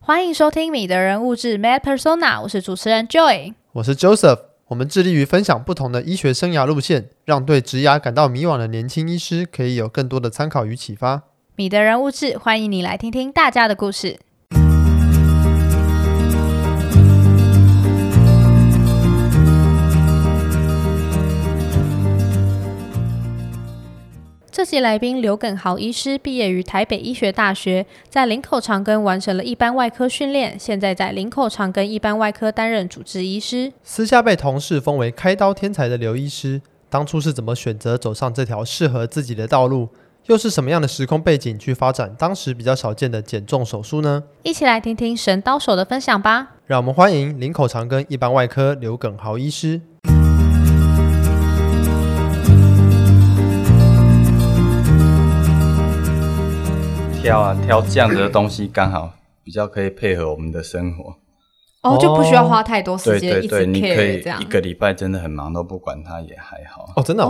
欢迎收听《米的人物志》Mad Persona，我是主持人 Joy。我是 Joseph，我们致力于分享不同的医学生涯路线，让对职涯感到迷惘的年轻医师可以有更多的参考与启发。米的人物志，欢迎你来听听大家的故事。这期来宾刘耿豪医师毕业于台北医学大学，在林口长庚完成了一般外科训练，现在在林口长庚一般外科担任主治医师。私下被同事封为开刀天才的刘医师，当初是怎么选择走上这条适合自己的道路？又是什么样的时空背景去发展当时比较少见的减重手术呢？一起来听听神刀手的分享吧。让我们欢迎林口长庚一般外科刘耿豪医师。挑啊挑这样子的东西，刚好比较可以配合我们的生活。哦，就不需要花太多对时间对一直对，你可 care 以这样一。个礼拜真的很忙都不管它也还好。哦，真的哦，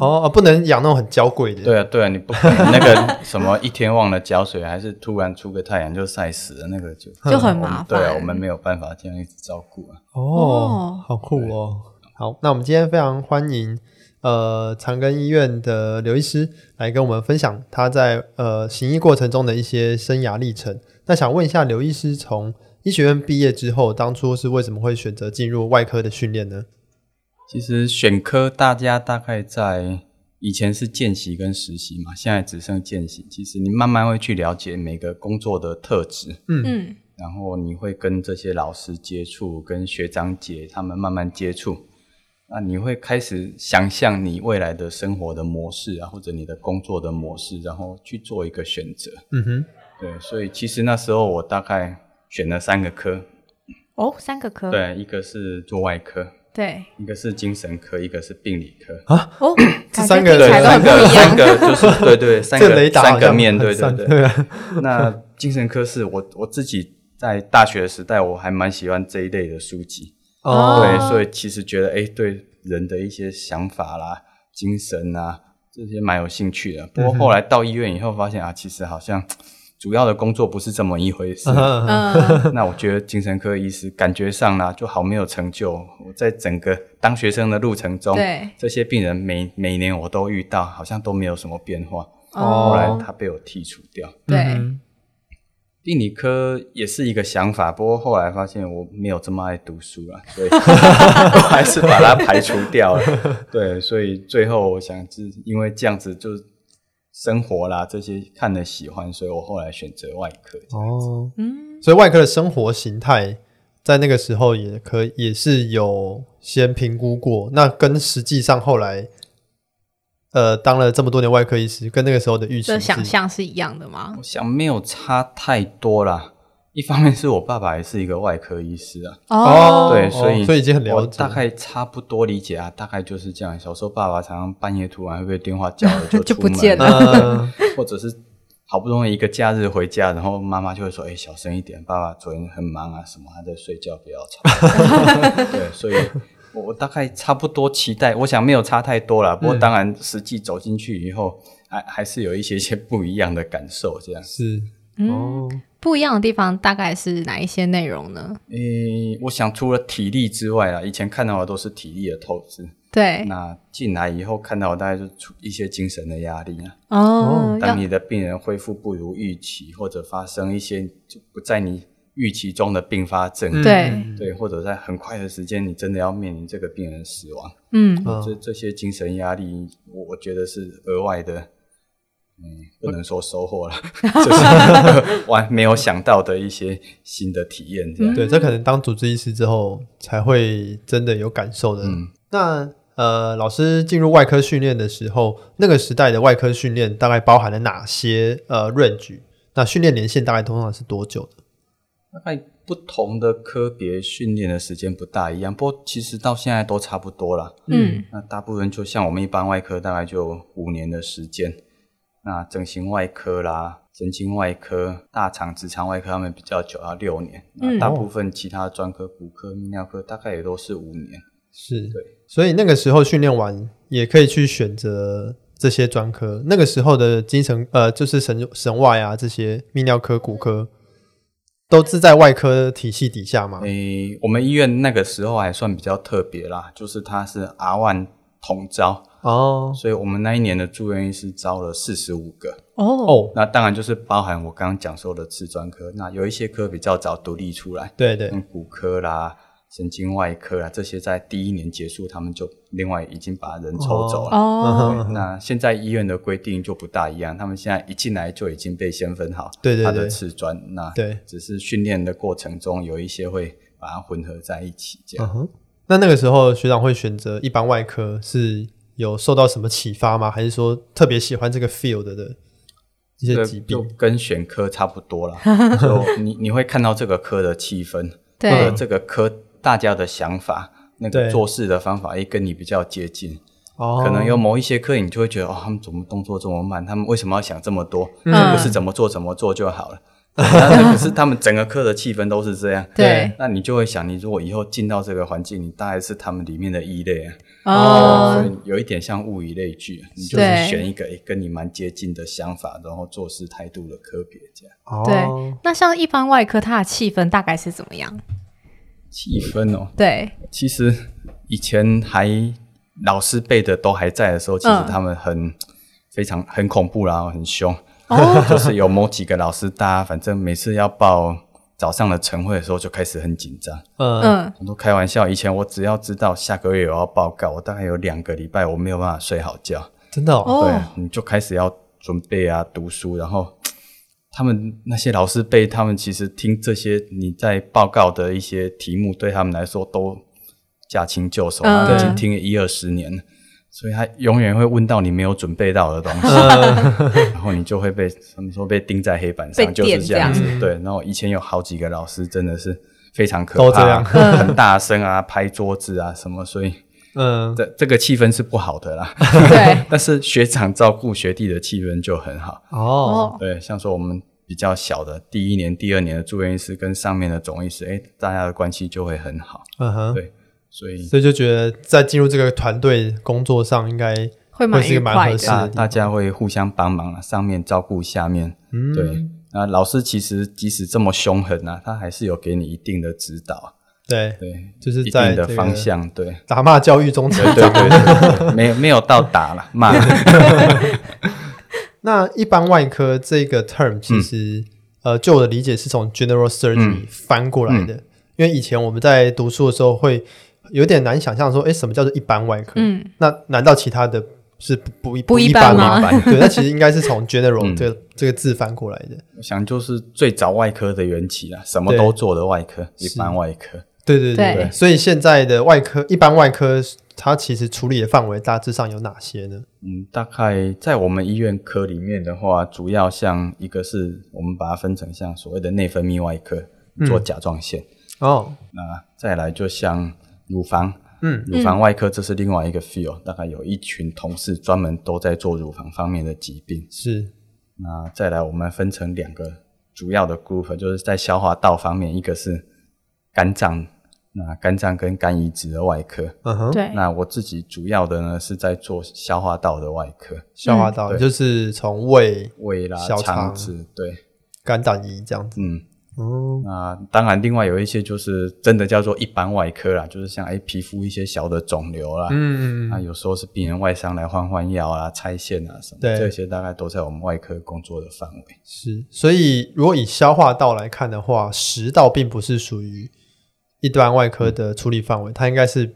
哦，哦，不能养那种很娇贵的。对啊对啊，你不可能那个什么一天忘了浇水，还是突然出个太阳就晒死了，那个就就很麻烦对啊，我们没有办法这样一直照顾啊。哦哦，好酷哦！好，那我们今天非常欢迎呃长庚医院的刘医师来跟我们分享他在呃行医过程中的一些生涯历程。那想问一下刘医师，从医学院毕业之后，当初是为什么会选择进入外科的训练呢？其实选科大家大概在以前是见习跟实习嘛，现在只剩见习。其实你慢慢会去了解每个工作的特质，嗯，然后你会跟这些老师接触，跟学长姐他们慢慢接触，那你会开始想象你未来的生活的模式啊，或者你的工作的模式，然后去做一个选择。嗯哼，对，所以其实那时候我大概选了三个科，哦，三个嗯科，对，一个是做外科，对，一个是精神科，一个是病理科。啊 哦，这感三觉个听起来人都很不一三个三样。个就 是对对，三这雷个达好三个像面很对对散对。对啊， 那精神科是我我自己在大学的时代，我还蛮喜欢这一类的书籍，哦，对，所以其实觉得哎，诶对人的一些想法啦、精神啊这些蛮有兴趣的。不过后来到医院以后，发现啊，其实好像主要的工作不是这么一回事。嗯嗯， 那我觉得精神科医师感觉上呢、就好没有成就。我在整个当学生的路程中，对这些病人每每年我都遇到，好像都没有什么变化。后来哦，他被我剔除掉。嗯对，嗯病理科也是一个想法，不过后来发现我没有这么爱读书了，所以 我还是把它排除掉了。对，所以最后我想是因为这样子就生活啦这些看了喜欢，所以我后来选择外科。哦，嗯，所以外科的生活形态在那个时候也可也是有先评估过，那跟实际上后来呃当了这么多年外科医师，跟那个时候的预期这是想象是一样的吗？我想没有差太多啦。一方面是我爸爸也是一个外科医师啊，哦对，所以、所以已经很了我解大概差不多理解啊，大概就是这样。小时候爸爸常常半夜突然会被电话叫了就 就出不门啊见了呃 或者是好不容易一个假日回家，然后妈妈就会说：“哎、小声一点，爸爸昨天很忙啊，什么还在睡觉，不要吵。” 对，所以我我大概差不多期待，我想没有差太多啦。嗯不过当然，实际走进去以后，还还是有一些些不一样的感受。这样，是嗯，哦不一样的地方大概是哪一些内容呢？诶、我想除了体力之外啊啦，以前看到的都是体力的透支，对，那进来以后看到的大概就出一些精神的压力啊。哦，要当你的病人恢复不如预期，或者发生一些就不在你预期中的并发症，嗯对对，或者在很快的时间，你真的要面临这个病人死亡，嗯，嗯这这些精神压力，我我觉得是额外的，嗯，不能说收获了，就是完没有想到的一些新的体验，这样。对，这可能当主治医师之后才会真的有感受的。嗯那呃，老师进入外科训练的时候，那个时代的外科训练大概包含了哪些呃 range？那训练年限大概通常是多久的？大概不同的科别训练的时间不大一样，不过其实到现在都差不多了。嗯，那大部分就像我们一般外科，大概就五年的时间。那整形外科啦、神经外科、大肠、直肠外科，他们比较久，要六年。那嗯大部分其他专科，骨科、泌尿科，大概也都是五年。是对，所以那个时候训练完也可以去选择这些专科。那个时候的精神呃，就是神神外啊，这些泌尿科、骨科都是在外科体系底下嘛？诶、我们医院那个时候还算比较特别啦，就是它是 R one 同招，哦所以我们那一年的住院医师招了四十五个。哦，哦，那当然就是包含我刚刚讲说的次专科，那有一些科比较早独立出来，对对，像骨科啦、神经外科啦这些，在第一年结束，他们就另外已经把人抽走了。嗯哦，对那现在医院的规定就不大一样，他们现在一进来就已经被先分好，对对他的对次专，那对只是训练的过程中有一些会把它混合在一起这样。嗯哼。那那个时候学长会选择一般外科，是有受到什么启发吗？还是说特别喜欢这个 field 的一这些个疾就病？跟选科差不 多啦，就你你会看到这个科的气氛，或者对，这个科大家的想法，那个对做事的方法也跟你比较接近。哦可能有某一些科，你就会觉得哦，他们怎么动作这么慢？他们为什么要想这么多？嗯而不是怎么做怎么做就好了。那可是他们整个科的气氛都是这样。对，那你就会想，你如果以后进到这个环境，你大概是他们里面的异类啊，所哦，以有一点像物以类聚，啊你就是对选一个诶跟你蛮接近的想法，然后做事态度的科别这样。哦对那像一般外科，它的气氛大概是怎么样？气氛哦，对，其实以前还老师辈的都还在的时候，其实嗯他们很、非常很恐怖啦，很凶。哦， 就是有某几个老师，大家反正每次要报早上的晨会的时候，就开始很紧张。嗯，嗯，我都开玩笑，以前我只要知道下个月有要报告，我大概有两个礼拜我没有办法睡好觉。真的哦，哦对，你就开始要准备啊，读书，然后。他们那些老师辈，他们其实听这些你在报告的一些题目，对他们来说都驾轻就熟，嗯他们已经听了一二十年了，所以他永远会问到你没有准备到的东西。嗯 然后你就会被他们说被钉在黑板被上，就是电这样子这样。对，然后以前有好几个老师真的是非常可都这怕，样很大声啊，拍桌子啊什么，所以嗯，这这个气氛是不好的啦。哦 对，但是学长照顾学弟的气氛就很好。哦，哦，对，像说我们比较小的第一年、第二年的住院医师跟上面的总医师，哎，大家的关系就会很好。嗯哼，对，所以所以就觉得在进入这个团队工作上，应该会蛮会是一愉个蛮快合适的，大的地大方。家会互相帮忙啊，上面照顾下面，嗯对。那老师其实即使这么凶狠啊，他还是有给你一定的指导，对，对，就是一在定的这个方向，对，打骂教育中成对对对对，对没有没有到打了骂， 那一般外科这个 term 嗯其实、呃，就我的理解是从 general 嗯 surgery 翻过来的，因为以前我们在读书的时候会有点难想象说，哎，什么叫做一般外科？嗯，那难道其他的是不不一不一一般般吗吗？ 对，那其实应该是从 general 嗯这个、这个字翻过来的。我想就是最早外科的缘起啊，什么都做的外科，一是般外科，对对对对所以现在的外科一般外科，它其实处理的范围大致上有哪些呢？嗯，大概在我们医院科里面的话，主要像一个是我们把它分成像所谓的内分泌外科做甲状腺，哦，那再来就像乳房。嗯，乳房外科这是另外一个 field，、大概有一群同事专门都在做乳房方面的疾病。是那再来，我们分成两个主要的 group，就是在消化道方面，一个是肝脏，那肝脏跟肝移植的外科。嗯哼，对，那我自己主要的呢是在做消化道的外科，消化道、对就是从胃、胃啦、小肠肠子，对，肝胆胰这样子。嗯。哦，那当然，另外有一些就是真的叫做一般外科啦，就是像哎皮肤一些小的肿瘤啦，嗯，那有时候是病人外伤来换换药啊、拆线啊什么，对这些大概都在我们外科工作的范围。是，所以如果以消化道来看的话，食道并不是属于一般外科的处理范围，它应该是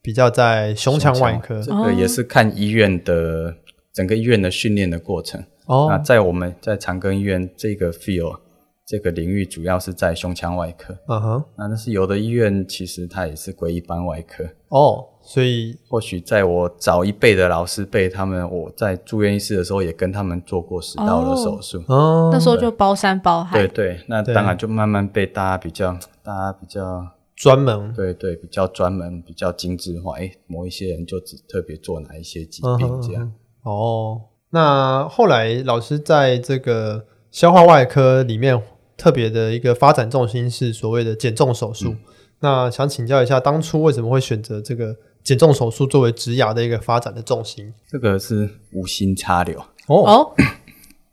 比较在胸腔外科这个也是看医院的、整个医院的训练的过程。那哦，在我们在长庚医院这个 field 这个领域，主要是在胸腔外科。嗯哼，那但是有的医院其实它也是归一般外科。哦，所以或许在我早一辈的老师辈，他们我在住院医师的时候，也跟他们做过食道的手术。哦，那时候就包山包海对，对，那对当然就慢慢被大家比较，大家比较专门对对，比较专门、比较精致化。诶，某一些人就只特别做哪一些疾嗯病哼这样。嗯哼哦，那后来老师在这个消化外科里面特别的一个发展重心是所谓的减重手术。那想请教一下，当初为什么会选择这个减重手术作为植牙的一个发展的重心？这个是无心插柳。哦，哦，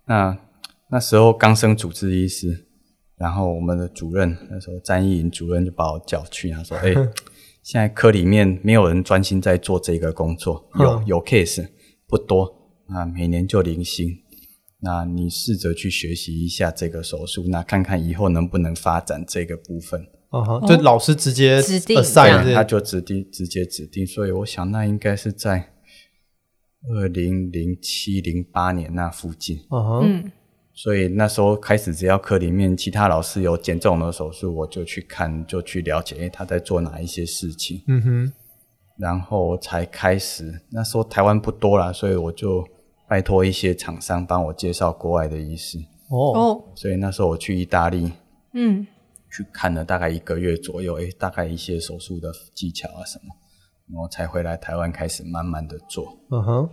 那那时候刚升主治医师，然后我们的主任那时候詹义营主任就把我叫去，他说：“哎、现在科里面没有人专心在做这个工作，有嗯有 case 不多，那每年就零星。那你试着去学习一下这个手术，那看看以后能不能发展这个部分。嗯哼，就老师直接哦指定 assign 这这对，他就指定直接指定，所以我想那应该是在二零零七零八年那附近。嗯哼，嗯，所以那时候开始，只要科里面其他老师有减重的手术，我就去看，就去了解，诶，他在做哪一些事情，嗯哼，然后才开始。那时候台湾不多啦，所以我就拜托一些厂商帮我介绍国外的医师。哦，哦，所以那时候我去意大利嗯，去看了大概一个月左右，诶，大概一些手术的技巧啊什么，然后才回来台湾开始慢慢的做。嗯哼，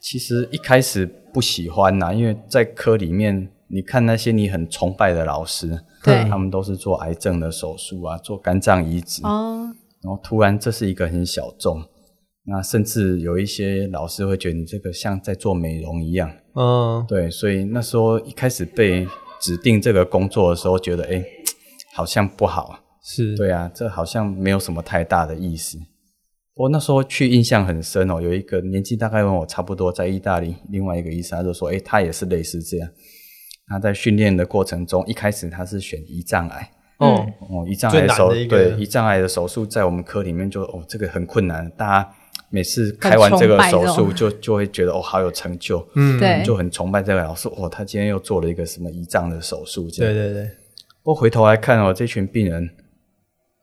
其实一开始不喜欢呐、因为在科里面，你看那些你很崇拜的老师，对他们都是做癌症的手术啊，做肝脏移植，哦，然后突然这是一个很小众，那甚至有一些老师会觉得你这个像在做美容一样，嗯，对，所以那时候一开始被指定这个工作的时候，觉得哎，诶好像不好啊，是，对啊，这好像没有什么太大的意思。我那时候去印象很深哦，有一个年纪大概跟我差不多，在意大利，另外一个医生他就说，诶，他也是类似这样。他在训练的过程中，一开始他是选胰脏癌，嗯哦，哦，胰脏最癌难手的一个对胰脏癌的手术，在我们科里面就哦，这个很困难，大家每次开完这个很崇手拜这术种就就会觉得哦，好有成就，嗯，对就很崇拜这个老师哦，他今天又做了一个什么胰脏的手术，这样对对对，我回头来看哦，这群病人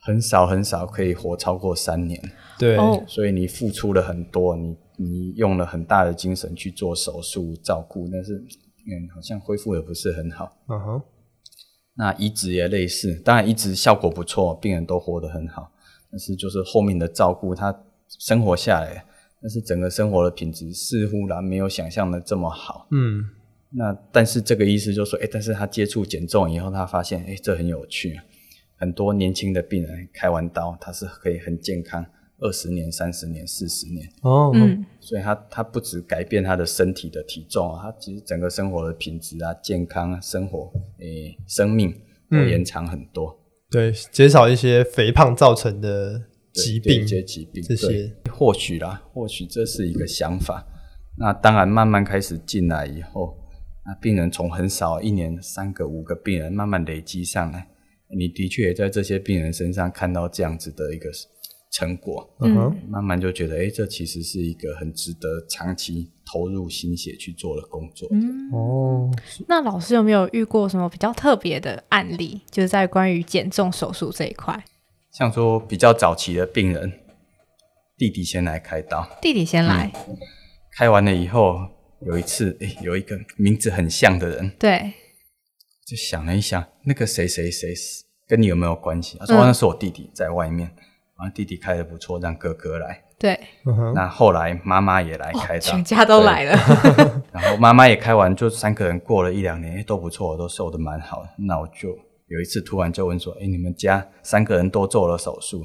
很少很少可以活超过三年，对，哦，所以你付出了很多，你你用了很大的精神去做手术照顾，但是嗯，好像恢复的不是很好。嗯哼，那移植也类似，当然移植效果不错，病人都活得很好，但是就是后面的照顾，他生活下来，但是整个生活的品质似乎啦没有想象的这么好。嗯，那但是这个医师就说，哎，但是他接触减重以后，他发现，哎，这很有趣，很多年轻的病人开完刀，他是可以很健康，二十年、三十年、四十年，哦，嗯，所以他他不止改变他的身体的体重啊，他其实整个生活的品质啊、健康啊、生活，诶，生命都嗯延长很多。对，减少一些肥胖造成的对疾对病一，些疾病这些，对或许啦，或许这是一个想法。那当然，慢慢开始进来以后，那病人从很少一年三个五个病人慢慢累积上来，你的确也在这些病人身上看到这样子的一个成果，嗯哼，慢慢就觉得，哎，这其实是一个很值得长期投入心血去做的工作。哦，那老师有没有遇过什么比较特别的案例？就是在关于减重手术这一块，像说比较早期的病人，弟弟先来开刀，弟弟先来，嗯开完了以后，有一次，哎，有一个名字很像的人，对，就想了一想，那个谁谁谁死跟你有没有关系？他嗯说、哦那是我弟弟在外面，然后弟弟开的不错，让哥哥来。对，嗯哼，那后来妈妈也来开刀， 全家都对来了，然后妈妈也开完，就三个人过了一两年，哎，都不错，都瘦的蛮好的。那我就有一次突然就问说，哎，你们家三个人都做了手术，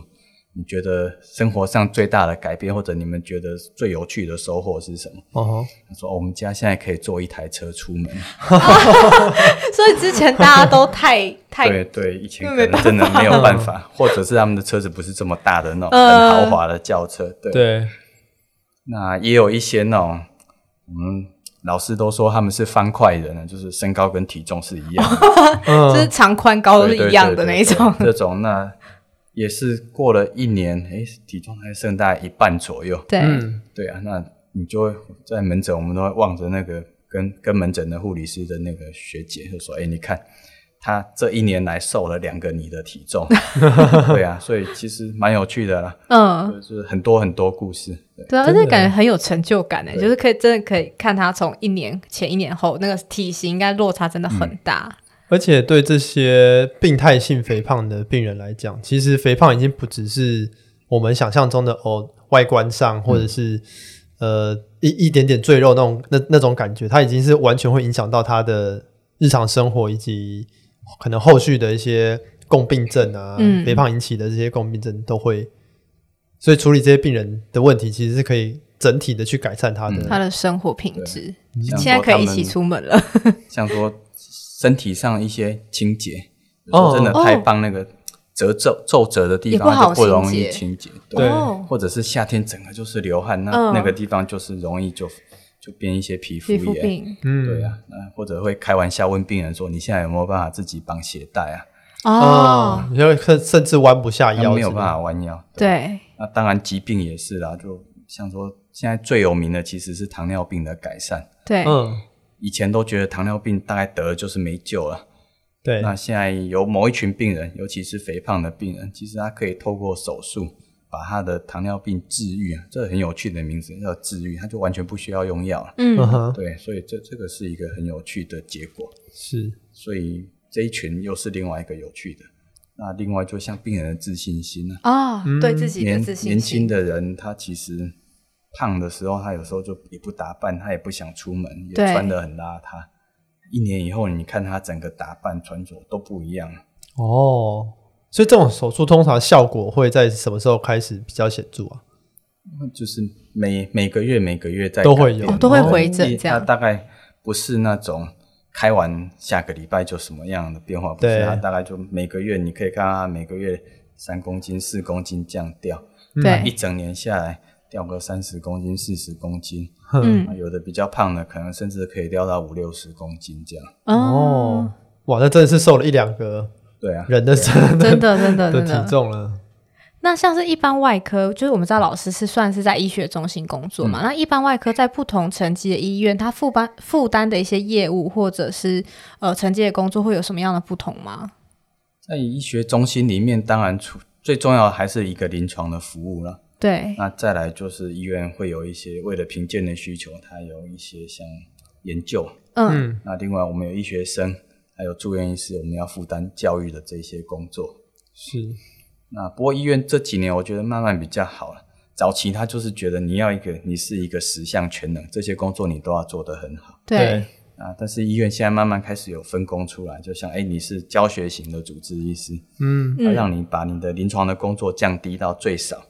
你觉得生活上最大的改变，或者你们觉得最有趣的收获是什么？哦，他说、哦我们家现在可以坐一台车出门。 所以之前大家都太太对对，以前因可为没能真的没有办法， 或者是他们的车子不是这么大的那种嗯很豪华的轿车。对，对，那也有一些那种，嗯，老师都说他们是方块人啊，就是身高跟体重是一样 的，就是嗯，长宽高都对哦是一样的那一。种对对对对。对这种那也是过了一年，诶，体重还剩大概一半左右。 对，嗯，对啊，那你就会在门诊，我们都会望着那个跟跟门诊的护理师的那个学姐，就说：“哎、你看她这一年来瘦了两个你的体重。”对啊，所以其实蛮有趣的啦，嗯，就是很多很多故事。对对啊，而真的且感觉很有成就感诶，对就是可以真的可以看他从一年前一年后那个体型，应该落差真的很大。而且对这些病态性肥胖的病人来讲，其实肥胖已经不只是我们想象中的哦，外观上或者是、呃一一点点赘肉那种那那种感觉，它已经是完全会影响到他的日常生活以及可能后续的一些共病症啊，嗯肥胖引起的这些共病症都会。所以处理这些病人的问题，其实是可以整体的去改善他的。他的生活品质，像现在说可以他一们起出门了。像说身体上一些清洁，有时候真的哦太帮那个褶皱皱褶的地也不方它好就不容易清清洁，对哦，或者是夏天整个就是流汗，那、嗯那个地方就是容易就就变一些皮肤皮肤炎。啊病嗯，对啊，那或者会开玩笑问病人说：“你现在有没有办法自己绑鞋带啊哦啊，，你就甚甚至弯不下？”他腰，没有办法弯腰。对，那当然，疾病也是啦，就像说现在最有名的其实是糖尿病的改善。对，嗯，以前都觉得糖尿病大概得了就是没救了，对，那现在有某一群病人，尤其是肥胖的病人，其实他可以透过手术把他的糖尿病治愈啊，这很有趣的名字叫治愈，他就完全不需要用药了。嗯嗯，哼，对，所以这这个是一个很有趣的结果。是，所以这一群又是另外一个有趣的。那另外，就像病人的自信心啊，啊，对自己的年自年信轻心，的人他其实胖的时候，他有时候就也不打扮，他也不想出门，也对穿得很邋遢。一年以后，你看他整个打扮穿着都不一样了。哦，所以这种手术通常效果会在什么时候开始比较显著啊？就是每每个月每个月在都改会有变哦都会对回诊因为这样它大概不是那种开完下个礼拜就什么样的变化，不对是它大概就每个月你可以看它每个月三公斤、四公斤这样掉，哎对一整年下来掉个三十公斤、四十公斤，啊嗯，有的比较胖的可能甚至可以掉到五六十公斤这样。嗯哦，哇，那真的是瘦了一两个对啊，人的真真的，真 的，的真体的。重了。那像是一般外科，就是我们知道老师是算是在医学中心工作嗯嘛。那一般外科在不同层级的医院，它负担负担的一些业务或者是呃承接的工作，会有什么样的不同吗？在医学中心里面，当然除最重要的还是一个临床的服务了。对，那再来就是医院会有一些为了评鉴的需求，它有一些像研究。嗯，嗯，那另外我们有医学生，还有住院医师，我们要负担教育的这些工作。是，那不过医院这几年我觉得慢慢比较好了。早期他就是觉得你要一个，你是一个十项全能，这些工作你都要做得很好对，，啊。但是医院现在慢慢开始有分工出来，就像哎，你是教学型的主治医师，嗯，要让你把你的临床的工作降低到最少。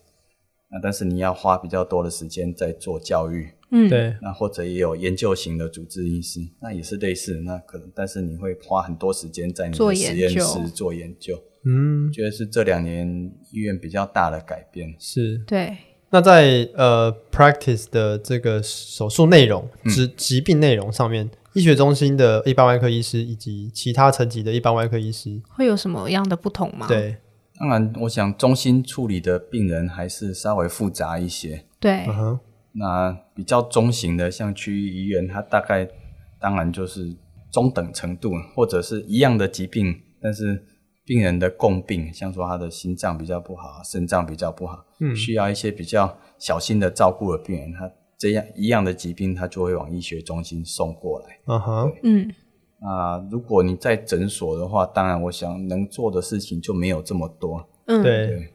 那但是你要花比较多的时间在做教育，嗯，对，那或者也有研究型的主治医师，那也是类似的。那可能但是你会花很多时间在你做的研实究验室做研究，嗯，觉得是这两年医院比较大的改变。是。对，那在呃 practice 的这个手术内容、嗯疾疾病内容上面，医学中心的一般外科医师以及其他层级的一般外科医师，会有什么样的不同吗？对，当然，我想中心处理的病人还是稍微复杂一些。对嗯哼，那比较中型的，像区域医院，它大概当然就是中等程度，或者是一样的疾病，但是病人的共病，像说他的心脏比较不好，肾脏比较不好，需要一些比较小心的照顾的病人，他这样一样的疾病，他就会往医学中心送过来。嗯哼，嗯，那如果你在诊所的话，当然我想能做的事情就没有这么多，嗯，对，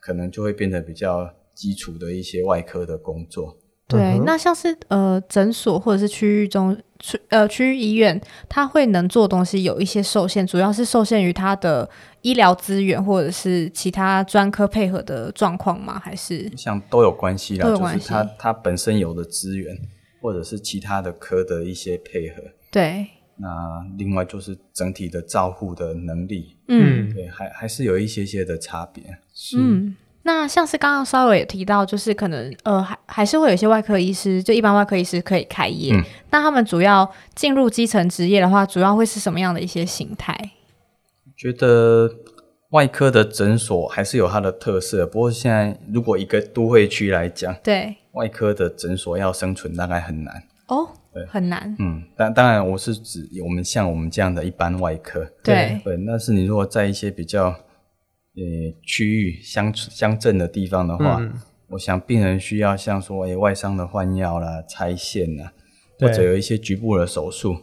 可能就会变得比较基础的一些外科的工作。对嗯哼那像是呃诊所或者是区域中区呃区域医院，它会能做的东西有一些受限，主要是受限于它的医疗资源或者是其他专科配合的状况吗？还是像都有关系啦，都有就关是系它它本身有的资源，或者是其他的科的一些配合。对，那另外就是整体的照护的能力，嗯对，还还是有一些些的差别。嗯。那像是刚刚稍微有提到，就是可能呃还还是会有一些外科医师，就一般外科医师可以开业，嗯那他们主要进入基层职业的话，主要会是什么样的一些形态？觉得外科的诊所还是有它的特色，不过现在如果一个都会区来讲，对，外科的诊所要生存大概很难。哦对，很难，嗯，当当然我是指我们像我们这样的一般外科，对对，那是你如果在一些比较呃区域乡村乡镇的地方的啊话，嗯我想病人需要像说诶、哎外伤的换药啦、拆线啦，对或者有一些局部的手术、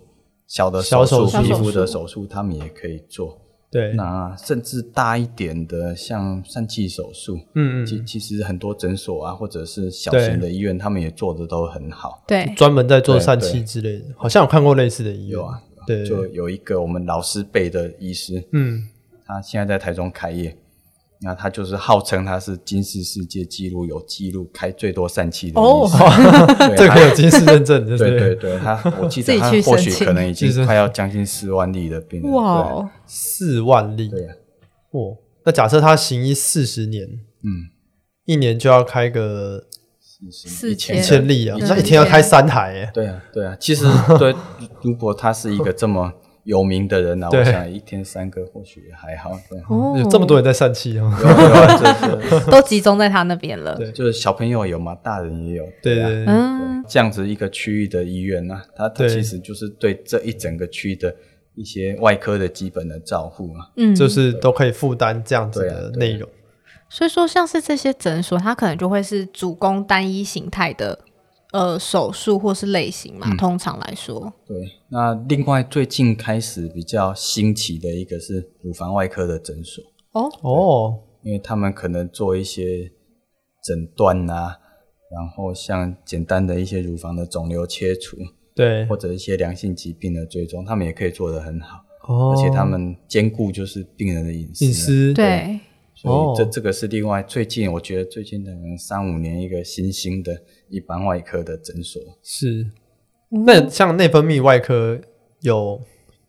小的小手手术、术皮肤的手术，他们也可以做。对，那甚至大一点的，像疝气手术，嗯其嗯，其实很多诊所啊，或者是小对型的医院，他们也做的都很好。对，专门在做对疝对气之类的，好像有看过类似的医院有啊，对，就有一个我们老师辈的医师，嗯，他现在在台中开业，那他就是号称他是金氏世界纪录有记录开最多疝气的哦医生， 对这他个有金氏认证，对不 对对对？对，他我记自得己他去或申许请可能已是经快要将近四万例的病人，哇对哦，四万例，对呀、啊哦，那假设他行医四十年，嗯，一年就要开个四一一对千例啊，对那一天要开三台耶，对啊，对啊，其实对，如果他是一个这么有名的人呢、啊，对我想一天三个或许也还好。对，哦有这么多人在疝气哦。有啊有啊，就是都集中在他那边了。对就是小朋友有嘛，大人也有。对啊对对，嗯，这样子一个区域的医院呢、它它对其实就是对这一整个区的一些外科的基本的照护啊。嗯，就是都可以负担这样子对的啊对内容。所以说，像是这些诊所，它可能就会是主攻单一形态的呃手术或是类型嘛。通常来说，对，那另外最近开始比较兴起的一个是乳房外科的诊所，哦，哦，因为他们可能做一些诊断啊，然后像简单的一些乳房的肿瘤切除，对或，者一些良性疾病的追踪，他们也可以做得很好，哦而且他们兼顾就是病人的隐私啊、隐私，对，所以这哦这个是另外最近我觉得最近可能三五年一个新兴的一般外科的诊所，是。嗯那像内分泌外科有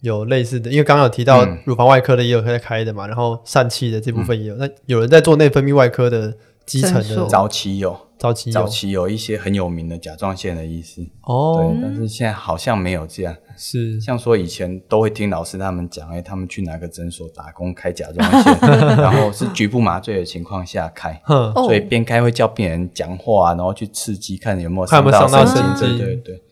有类似的，因为刚刚有提到嗯乳房外科的也有在开的嘛，然后疝气的这部分也有。那有人在做内分泌外科的基诊层所的早期有早期有早期有一些很有名的甲状腺的医师，哦，对，但是现在好像没有这样。是像说以前都会听老师他们讲，哎，他们去哪个诊所打工开甲状 腺，然后是局部麻醉的情况下开，哼哦所以边开会叫病人讲话、啊，然后去刺激看有没有看有没有到伤到神神经对对对，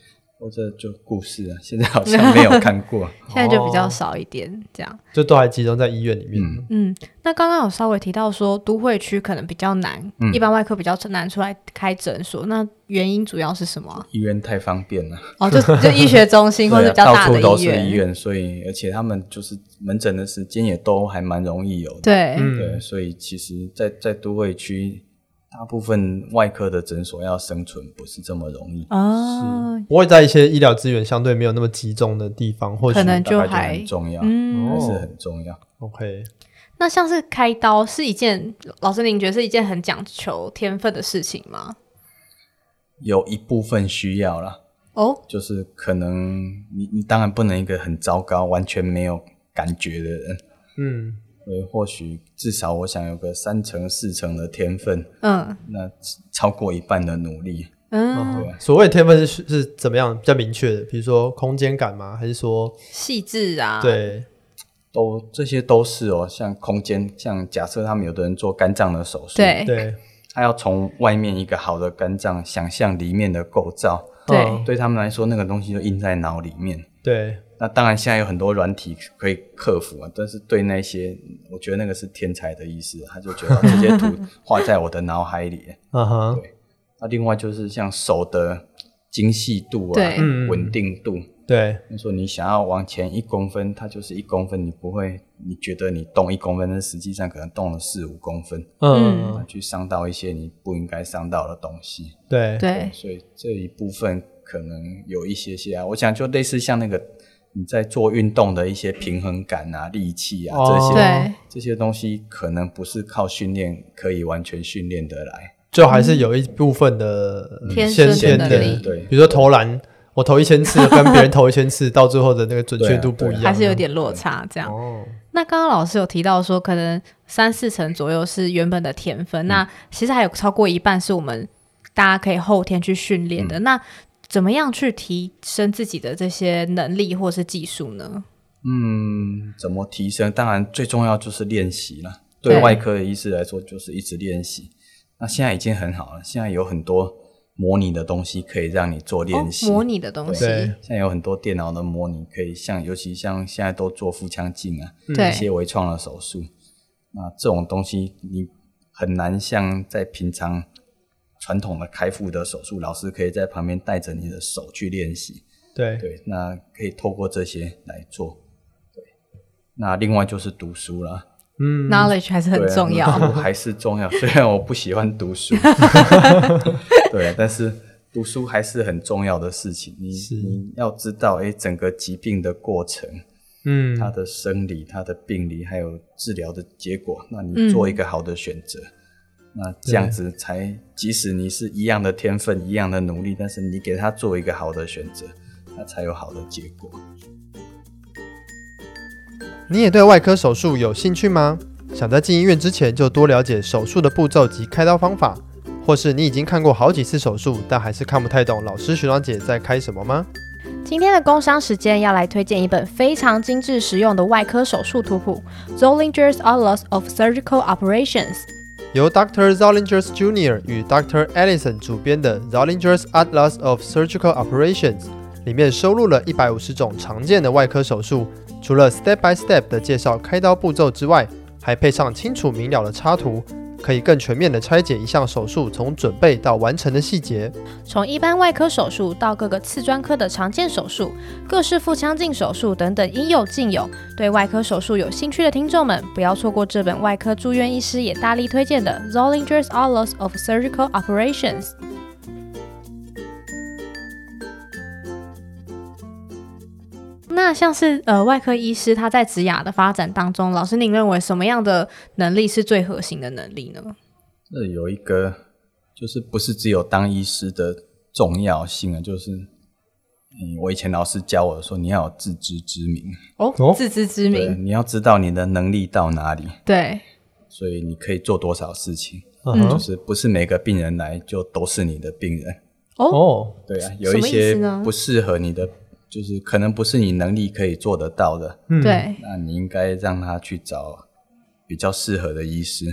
我这就故事啊，现在好像没有看 过。现在就比哦较少一点这样。就都还集中在医院里面。嗯嗯，那刚刚有稍微提到说，都会区可能比较难，嗯一般外科比较难出来开诊所。那原因主要是什么 啊？医院太方便了，哦，就就医学中心或 者对啊比较到大的处都是医院。院，所以而且他们就是门诊的时间也都还蛮容易有的。对，对，嗯，所以其实在，在都会区，大部分外科的诊所要生存不是这么容易，啊，不会在一些医疗资源相对没有那么集中的地方，或许可能就大概还很重要，嗯哦还是哦很重要。 OK。那像是开刀是一件，老师您觉得是一件很讲求天分的事情吗？有一部分需要啦，哦，就是可能你你当然不能一个很糟糕、完全没有感觉的人，嗯，所以或许至少我想有个三成四成的天分，嗯那超过一半的努力。嗯，对所谓天分是是怎么样比较明确的？比如说空间感吗？还是说细致啊，，对都这些都是哦，像空间，像假设他们有的人做肝脏的手术，对对他要从外面一个好的肝脏想象里面的构造，对嗯对他们来说，那个东西就印在脑里面。对那当然，现在有很多软体可以克服啊，但是对那些，我觉得那个是天才的意思，他就觉得哦这些图画在我的脑海里。嗯哼，那另外就是像手的精细度啊对嗯、稳定度，对就是说你想要往前一公分，它就是一公分，你不会，你觉得你动一公分，但实际上可能动了四五公分，嗯去伤到一些你不应该伤到的东西。对对，所以这一部分可能有一些些啊，我想就类似像那个你在做运动的一些平衡感啊、力气啊、哦这些对，这些东西，可能不是靠训练可以完全训练得来。就还是有一部分的呃嗯天先生天能的力，对比如说投篮，我投一 千次跟别人投一千次，到最后的那个准确度不一样，啊还是有点落差这样。哦，那刚刚老师有提到说，可能三四成左右是原本的天嗯分，那其实还有超过一半是我们大家可以后天去训练嗯的。那怎么样去提升自己的这些能力或是技术呢？嗯，怎么提升？当然最重要就是练习了。对对外科的医师来说，就是一直练习。那现在已经很好了，现在有很多模拟的东西可以让你做哦练，习。模拟的东西，对现在有很多电脑的模拟，可以像尤其像现在都做腹腔镜啊，对一些微创的手术，那这种东西你很难像在平常传统的开腹的手术，老师可以在旁边带着你的手去练习。对对，那可以透过这些来做。对，那另外就是读书啦，嗯 knowledge 还是 很对啊重要。读书还是重 要。虽然我不喜欢读书，对，啊但是读书还是很重要的事情。你你要知道，哎，整个疾病的过程，嗯，他的生理、他的病理，还有治疗的结果，那你做一个好的选择，嗯那这样子才，即使你是一样的天分、一样的努力，但是你给他做一个好的选择，那才有好的结果。你也对外科手术有兴趣吗？想在进医院之前就多了解手术的步骤及开刀方法，或是你已经看过好几次手术，但还是看不太懂老师学长姐在开什么吗？今天的工商时间要来推荐一本非常精致实用的外科手术图谱《Zollinger's Atlas of Surgical Operations》。由 Dr. Zollinger Jr. 与 Dr. Allison 主编的《Zollinger's Atlas of Surgical Operations》里面收录了一百五十种常见的外科手术，除了 step by step 的介绍开刀步骤之外，还配上清楚明了的插图，可以更全面的拆解一项手术从准备到完成的细节。从一般外科手术到各个次专科的常见手术、各式腹腔镜手术等等，应有尽有。对外科手术有兴趣的听众们，不要错过这本外科住院医师也大力推荐的《Zollinger's Atlas of Surgical Operations》。那像是呃外科医师他在职涯的发展当中，老师您认为什么样的能力是最核心的能力呢？这有一个就是不是只有当医师的重要性啊，就是嗯，我以前老师教我说你要有自知之明，哦哦，自知之对，明，你要知道你的能力到哪里，对，所以你可以做多少事情，嗯就是不是每个病人来就都是你的病人，哦，对啊，什有一么意些思呢不适合你的，就是可能不是你能力可以做得到的，嗯，对，那你应该让他去找比较适合的医师，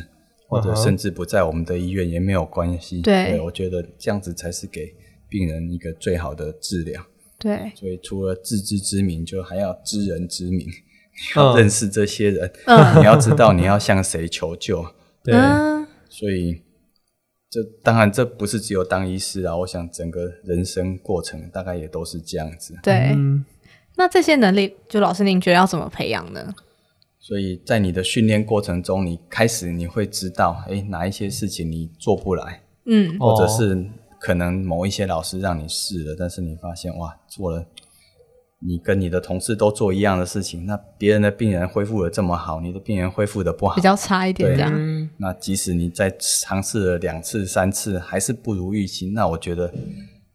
或嗯者哼甚至不在我们的医院也没有关系。对我觉得这样子才是给病人一个最好的治疗。对，所以除了自知之明，就还要知人之明，嗯你要认识这些人，嗯 你要知道你要向谁求救。对，嗯，所以这当然这不是只有当医师啊，我想整个人生过程大概也都是这样子。对。嗯那这些能力，就老师您觉得要怎么培养呢？所以在你的训练过程中，你开始你会知道，哎，哪一些事情你做不来，嗯，哦或者是可能某一些老师让你试了，但是你发现哇，做了你跟你的同事都做一样的事情，那别人的病人恢复的这么好，你的病人恢复的不好比，较差一点对这样。嗯那即使你再尝试了两次、三次，还是不如预期，那我觉得。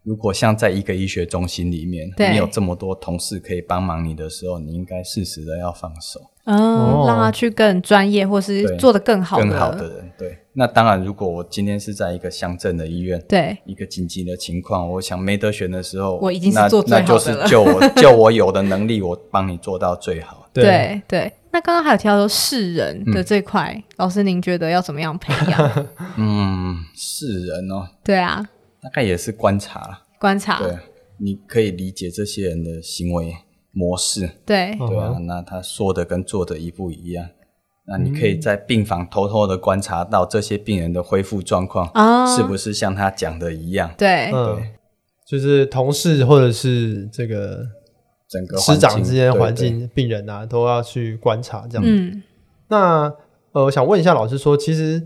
如果像在一个医学中心里面，对你有这么多同事可以帮忙你的时候，你应该适时的要放手。嗯哦，让他去更专业，或是对做得更好的。更好的人。对，那当然，如果我今天是在一个乡镇的医院，对，一个紧急的情况，我想没得选的时候，我已经是那做最那就好的是了就我 就我有的能力，我帮你做到最好。对对，对。那刚刚还有提到说世人的这块，老师您觉得要怎么样培 养？嗯，是人哦，对啊，大概也是观察啦，观察，对，你可以理解这些人的行为模式，对嗯对啊，那他说的跟做的一不一样？那你可以嗯在病房偷偷的观察到这些病人的恢复状况啊是不是像他讲的一样，对嗯，就是同事或者是这个整个师环长境之间的对环对境、病人啊，都要去观察这样。嗯，那呃，我想问一下老师说，其实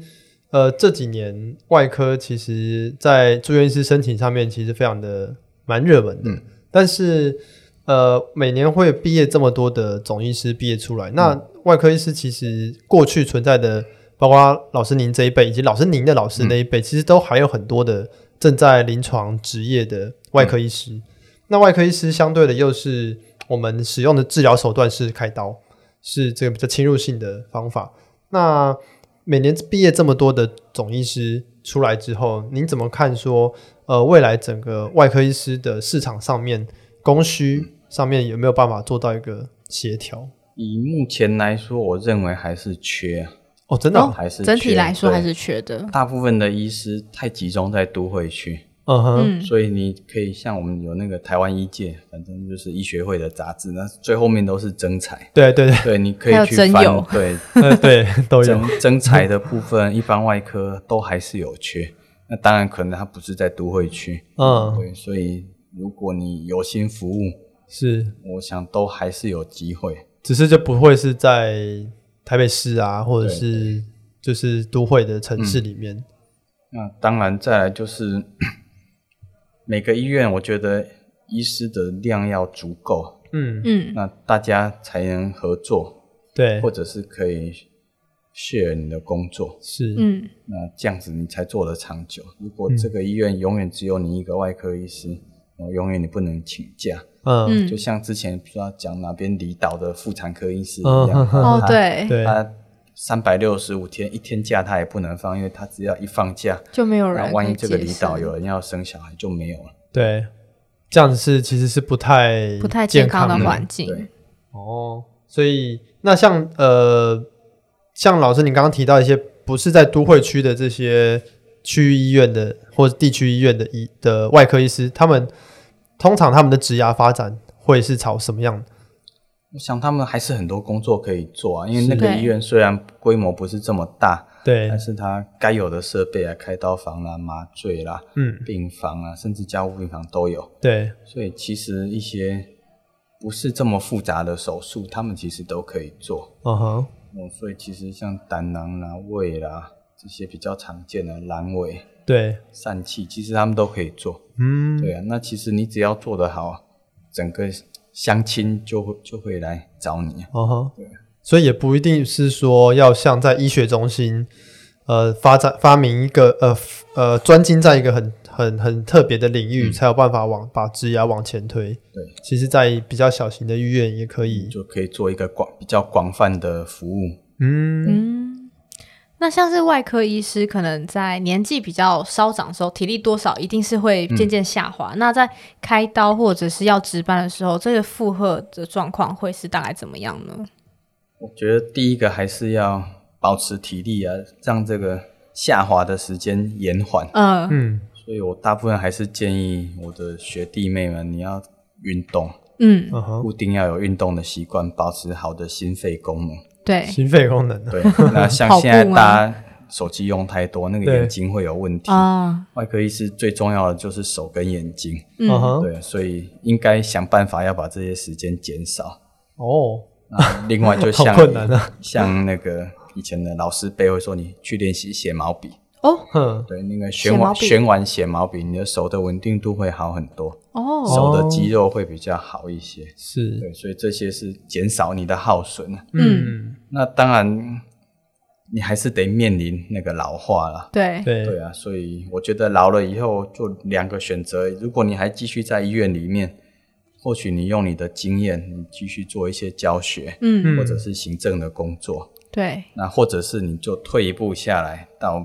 呃这几年外科其实在住院医师申请上面其实非常的蛮热门的，嗯但是呃每年会毕业这么多的总医师毕业出来，那外科医师其实过去存在的，包括老师您这一辈以及老师您的老师那一辈，其实都还有很多的正在临床职业的外科医师。那外科医师相对的又是我们使用的治疗手段是开刀，是这个比较侵入性的方法。那每年毕业这么多的总医师出来之后，您怎么看说呃未来整个外科医师的市场上面供需上面有没有办法做到一个协调？以目前来说，我认为还是缺啊，哦，真的啊、还是缺整体来说对还是缺的。大部分的医师太集中在都会区，嗯哼，嗯，所以你可以像我们有那个台湾医界，反正就是医学会的杂志，那最后面都是征才，对对 对对，你可还有以去征翻友， 对，呃，对都有，征征才的部分，一般外科都还是有缺。那当然，可能它不是在都会区，嗯，对，所以如果你有心服务，是，我想都还是有机会。只是就不会是在台北市啊，或者对是就是都会的城市里面，那当然，再来就是 每个医院，我觉得医师的量要足够，嗯，嗯，那大家才能合作，对或，者是可以 share 你的工作，是，嗯，那这样子你才做得长久。如果这个医院永远只有你一个外科医师，然后永远你不能请假，嗯，嗯就像之前不知道讲哪边离岛的妇产科医师一嗯样，哦，他对，对，他三百六十五天一天假他也不能放，因为他只要一放假，就没有那人。万一这个离岛有，人要生小孩就没有了。对，这样是其实是不太不太健健康的的环境，对，哦，所以那像呃，像老师你刚刚提到一些不是在都会区的这些区域医院的或者地区医院的医的外科医师，他们通常他们的职涯发展会是朝什么样的？我想他们还是很多工作可以做啊，因为是那个对医院虽然规模不是这么大，对但，是它该有的设备啊，开刀房啦、麻醉啦、嗯，病房啊，甚至家务病房都有。对，所以其实一些不是这么复杂的手术，他们其实都可以做。嗯哼，嗯，所以其实像胆囊啦、胃啦这些比较常见的阑尾、对，疝气，其实他们都可以做。嗯，对啊，那其实你只要做得好，整个相亲就会就会来找你。啊嗯哼，所以也不一定是说要像在医学中心，呃，发展发明一个呃呃专精在一个很很很特别的领域，才有办法往把职涯往前推。嗯对，其实，在比较小型的医院也可嗯以。就可以做一个广比较广泛的服务。嗯，嗯，那像是外科医师，可能在年纪比较稍长的时候，体力多少一定是会渐嗯渐下滑。那在开刀或者是要值班的时候，这个负荷的状况会是大概怎么样呢？我觉得第一个还是要保持体力啊，让这个下滑的时间延缓。嗯嗯，所以我大部分还是建议我的学弟妹们，你要运动，嗯，嗯哼，固定要有运动的习惯，保持好的心肺功能。对，心肺功能啊对，啊 那像跑步啊现在吗大家手机用太多，那个对眼睛会有问题。啊，外科医师最重要的就是手跟眼睛，嗯嗯哼，对，所以应该想办法要把这些时间减少。哦， 那另外就好像困难啊像那个以前的老师辈会说，你去练习写毛笔，哦哼，对，那个写旋完毛笔旋完写毛笔，你的手的稳定度会好很多，哦，手的肌肉会比较好一些。是，对，所以这些是减少你的耗损啊。嗯，那当然，你还是得面临那个老化啦。对，对，对啊，所以我觉得老了以后就两个选择，如果你还继续在医院里面，或许你用你的经验，你继续做一些教学，嗯，嗯或者是行政的工作，对，那或者是你就退一步下来到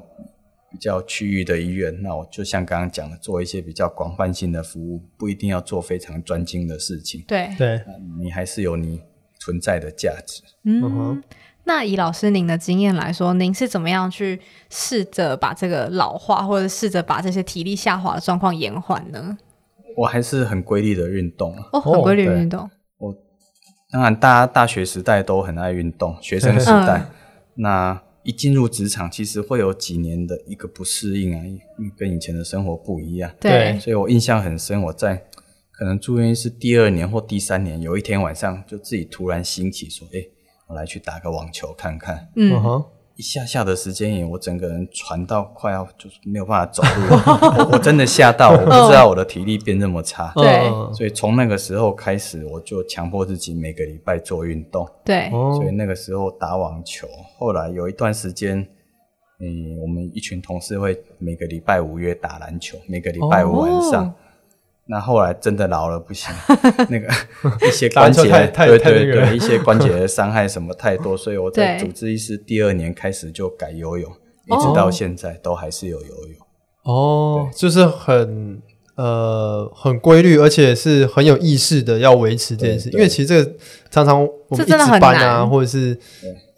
比较区域的医院，那我就像刚刚讲的，做一些比较广泛性的服务，不一定要做非常专精的事情，对，对，你还是有你存在的价值。嗯哼嗯。那以老师您的经验来说，您是怎么样去试着把这个老化，或者试着把这些体力下滑的状况延缓呢？我还是很规律的运动啊，哦，哦很规律的对运动，当然，大家大学时代都很爱运动，学生时代，那一进入职场，其实会有几年的一个不适应啊，因为跟以前的生活不一样。对所以我印象很深，我在可能住院医师第二年或第三年，有一天晚上就自己突然兴起说：“哎、我来去打个网球看看。嗯嗯，哼，”一下下的时间也，我整个人传到快要就是没有办法走路了，我我真的吓到，我不知道我的体力变这么差。对嗯所以从那个时候开始，我就强迫自己每个礼拜做运动。对，哦所以，那个时候打网球，后来有一段时间，嗯，我们一群同事会每个礼拜五约打篮球，每个礼拜五晚上。哦那后来真的老了不 行，那个一些打篮关球节，太太对太那对个了对，一些关节的伤害什么太多，所以我在对主治医师第二年开始就改游泳，一直到现在都还是有游泳。哦，就是很呃很规律，而且是很有意识的要维持这件事，对对因为其实这个常常我们这一值真的很班啊，难或者是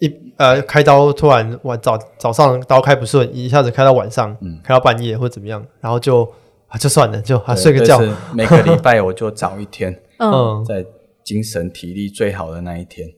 一呃开刀突然晚早早上刀开不顺，一下子开到晚上，嗯开到半夜或怎么样，然后就啊就算了，就啊对睡个觉，，但是每个礼拜我就找一天，嗯，嗯，在精神体力最好的那一天。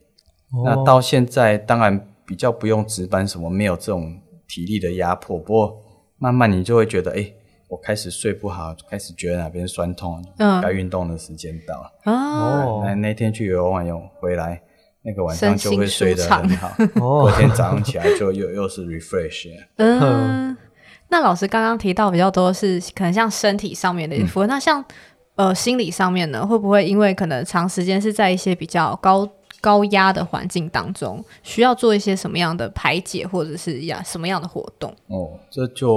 那哦到现在当然比较不用值班，什么没有这种体力的压迫。不过慢慢你就会觉得，哎、我开始睡不好，开始觉得哪边酸痛，嗯该运动的时间到了。啊，哦那那天去游完泳回来，那个晚身上心就会睡得很 好。哦隔天早上起来就又又是 refresh 了。嗯，那老师刚刚提到比较多是可能像身体上面的一些负荷，那像呃心理上面呢，会不会因为可能长时间是在一些比较高高压的环境当中，需要做一些什么样的排解，或者是呀什么样的活动？哦，这就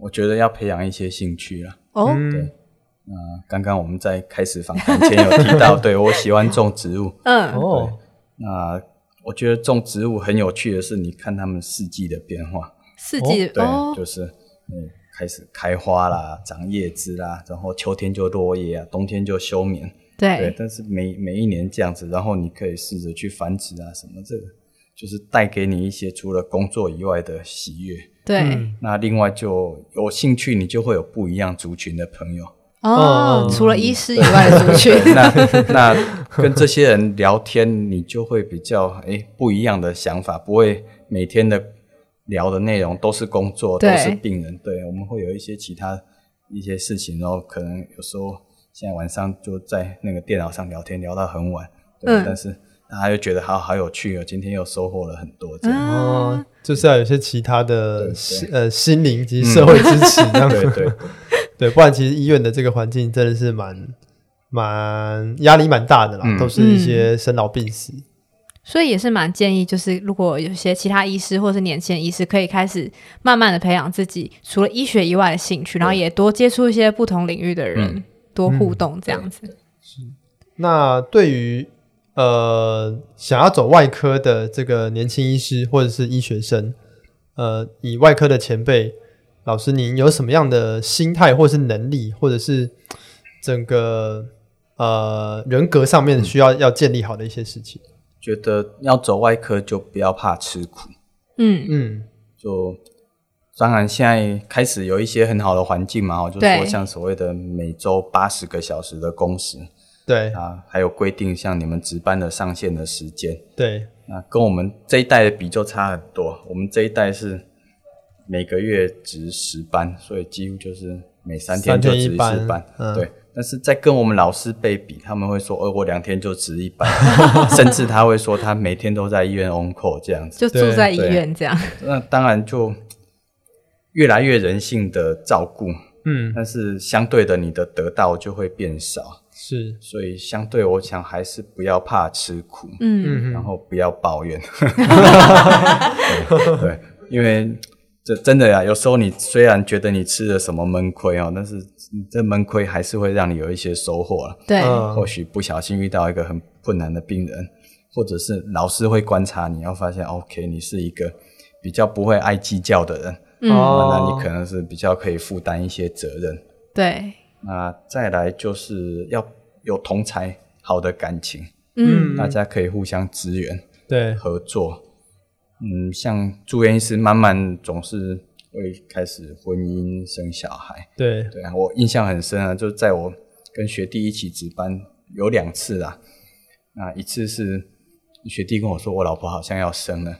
我觉得要培养一些兴趣啦。哦，嗯，那、刚刚我们在开始访谈前有 提到，对我喜欢种植物。嗯，哦，那我觉得种植物很有趣的是，你看它们四季的变化，四季对，哦，就是嗯开始开花啦，长叶子啦，然后秋天就落叶啊，冬天就休眠。对哦对，，但是每每一年这样子，然后你可以试着去繁殖啊，什么这个就是带给你一些除了工作以外的喜悦。对，哦嗯那另外就有兴趣，你就会有不一样族群的朋友。哦嗯，除了医师以外的族群， 对那那跟这些人聊天，你就会比较诶不一样的想法，不会每天的聊的内容都是工作，都对是病人。对，我们会有一些其他一些事情，然后可能有时候现在晚上就在那个电脑上聊天，聊到很晚。对，嗯但是大家就觉得好好有趣哦，今天又收获了很多这嗯样。哦，就是要有一些其他的对嗯心呃心灵及社会支持，这样对对对对，不然其实医院的这个环境真的是蛮蛮压力蛮大的啦，嗯都是一些生老病死。所以也是蛮建议，就是如果有些其他医师或是年轻的医师，可以开始慢慢的培养自己除了医学以外的兴趣，然后也多接触一些不同领域的人，嗯多互动这样子。那对于呃想要走外科的这个年轻医师或者是医学生，呃，以外科的前辈老师，您有什么样的心态，或是能力，或者是整个呃人格上嗯面需要、要建立好的一些事情？觉得要走外科就不要怕吃苦，嗯，嗯就当然现在开始有一些很好的环境嘛，哦，就是对说像所谓的每周八十个小时的工时对啊，还有规定像你们值班的上线的时间，对，那跟我们这一代的比就差很多。我们这一代是每个月值十班，所以几乎就是每三天三就天值一次班班，嗯对。但是在跟我们老师辈比，他们会说：“哦，我两天就值一班， 甚至他会说他每天都在医院 on call 这样子。”就住在医院这样。那当然就越来越人性的照顾，嗯但是相对的，你的得到就会变少。是，所以相对，我想还是不要怕吃苦，嗯，嗯然哼后不要抱怨。对对，因为这真的啊呀，有时候你虽然觉得你吃了什么闷亏哦，但是你这闷亏还是会让你有一些收获啊了。对，嗯或许不小心遇到一个很困难的病人，或者是老师会观察你，要发现 OK，你是一个比较不会爱计较的人，嗯那哦，你可能是比较可以负担一些责任。对，那再来就是要有同才好的感情，嗯，大家可以互相支援嗯对合作。嗯，像住院医师慢慢总是会开始婚姻生小孩，对，对啊，我印象很深啊，就是在我跟学弟一起值班有两次啊，那一次是学弟跟我说我老婆好像要生 了，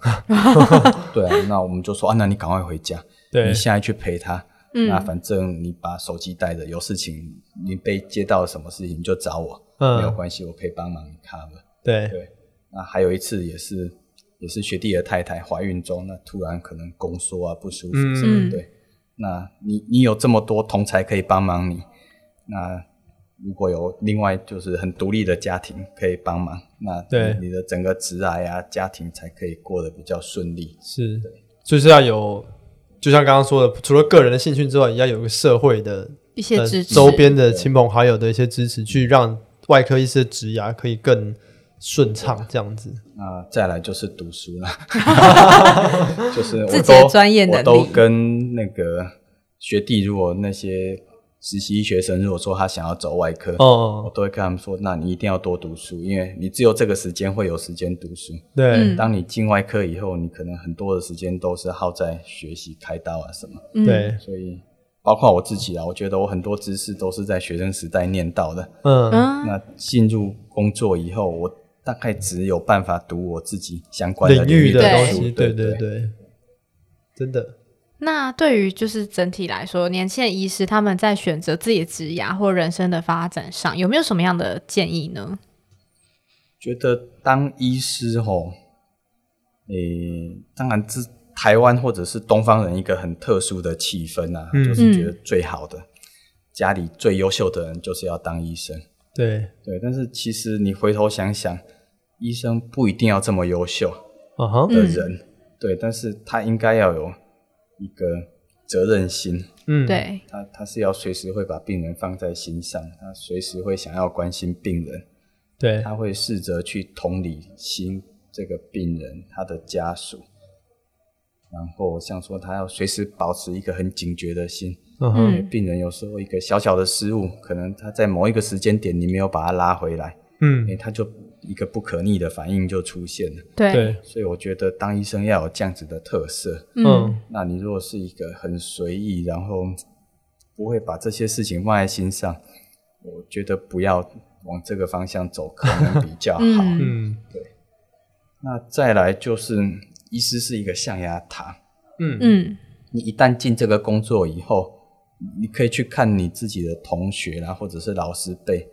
对啊，那我们就说啊，那你赶快回家，对你现在去陪她，那反正你把手机带着，有事情你被接到什么事情你就找我，嗯没有关系，我可以帮忙你 cover。对，对，那还有一次也是也是学弟的太太怀孕中，那突然可能宫缩啊不舒服什么的，嗯对。那你你有这么多同才可以帮忙你，那如果有另外就是很独立的家庭可以帮忙，那对你的整个职涯啊家庭才可以过得比较顺利。是，就是要有，就像刚刚说的，除了个人的兴趣之外，也要有一个社会的一些呃支持周边的亲朋好友的一些支持，去让外科医师的职涯可以更顺畅，这样子。那再来就是读书 了， 就是我自己都的专业能力我都跟那个学弟，如果那些实习医学生，如果说他想要走外科，我哦，都会跟他们说，那你一定要多读书，因为你只有这个时间会有时间读书。对嗯当你进外科以后，你可能很多的时间都是耗在学习、开刀啊什么，嗯，对，所以。包括我自己啊，我觉得我很多知识都是在学生时代念到的。嗯，嗯，那进入工作以后，我大概只有办法读我自己相关的领域的的东对书西，对对对，真的，那对于就是整体来说，年轻的医师他们在选择自己的职涯或人生的发展上，有没有什么样的建议呢？觉得当医师吼，诶、当然这台湾或者是东方人一个很特殊的气氛啊，嗯就是觉得最好的。家里最优秀的人就是要当医生，对，对。但是其实你回头想想，医生不一定要这么优秀啊哈，的人，对，但是他应该要有一个责任心，嗯，，对，他他是要随时会把病人放在心上，他随时会想要关心病人，对，他会试着去同理心这个病人他的家属，然后像说他要随时保持一个很警觉的心，嗯哼，嗯，病人有时候一个小小的失误，可能他在某一个时间点你没有把他拉回来，诶，嗯，他就一个不可逆的反应就出现了。对，对，所以我觉得当医生要有这样子的特色。嗯，嗯，那你如果是一个很随意，然后不会把这些事情放在心上，我觉得不要往这个方向走，可能比较好。嗯嗯，那再来就是，医师是一个象牙塔，嗯，嗯，你一旦进这个工作以后，你可以去看你自己的同学啊啦，或者是老师辈，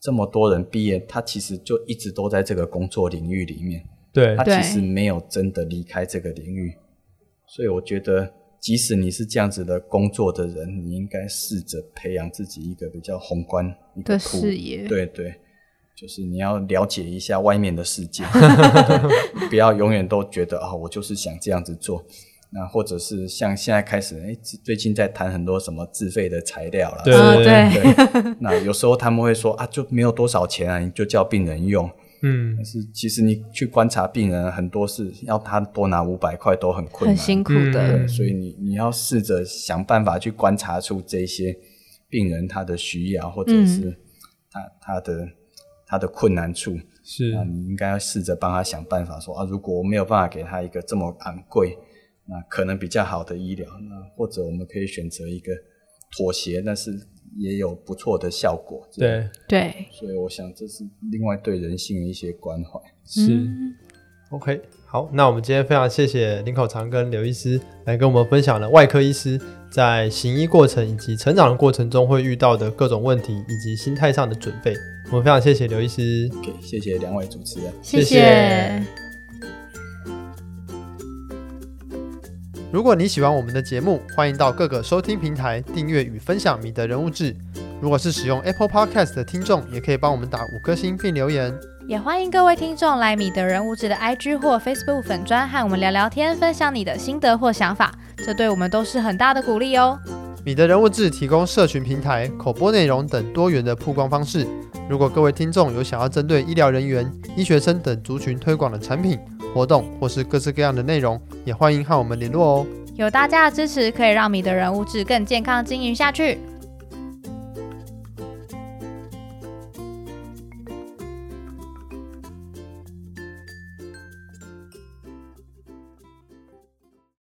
这么多人毕业，他其实就一直都在这个工作领域里面，对他，对其实没有真的离开这个领域。所以我觉得，即使你是这样子的工作的人，你应该试着培养自己一个比较宏观一的个图视野，对对，就是你要了解一下外面的 世界，对不要永远都觉得啊、我就是想这样子做。那或者是像现在开始，哎，最近在谈很多什么自费的材料啦，对啊，对对，对。那有时候他们会说啊，就没有多少钱啊，你就叫病人用。嗯但，是其实你去观察病人，很多是要他多拿五百块都很困很难，辛苦嗯的，对，所以你你要试着想办法去观察出这些病人他的需要，或者是他、他的他的困难处。是那，你应该要试着帮他想办法说啊，如果我没有办法给他一个这么昂贵，那可能比较好的医疗，那或者我们可以选择一个妥协，但是也有不错的效果。，对，对，所以我想这是另外对人性的一些关怀。是。嗯 OK，好，那我们今天非常谢谢林口长跟刘医师来跟我们分享了外科医师在行医过程以及成长的过程中会遇到的各种问题以及心态上的准备。我们非常谢谢刘医师。 OK，谢谢两位主持人。谢谢谢谢，如果你喜欢我们的节目，欢迎到各个收听平台订阅与分享《米的人物志》。如果是使用 Apple Podcast 的听众，也可以帮我们打五颗星并留言。也欢迎各位听众来米的人物志的 IG 或 Facebook 粉专和我们聊聊天，分享你的心得或想法，这对我们都是很大的鼓励哦。米的人物志提供社群平台、口播内容等多元的曝光方式。如果各位听众有想要针对医疗人员、医学生等族群推广的产品、活动或是各式各样的内容，也欢迎和我们联络哦。有大家的支持，可以让米的人物志更健康经营下去。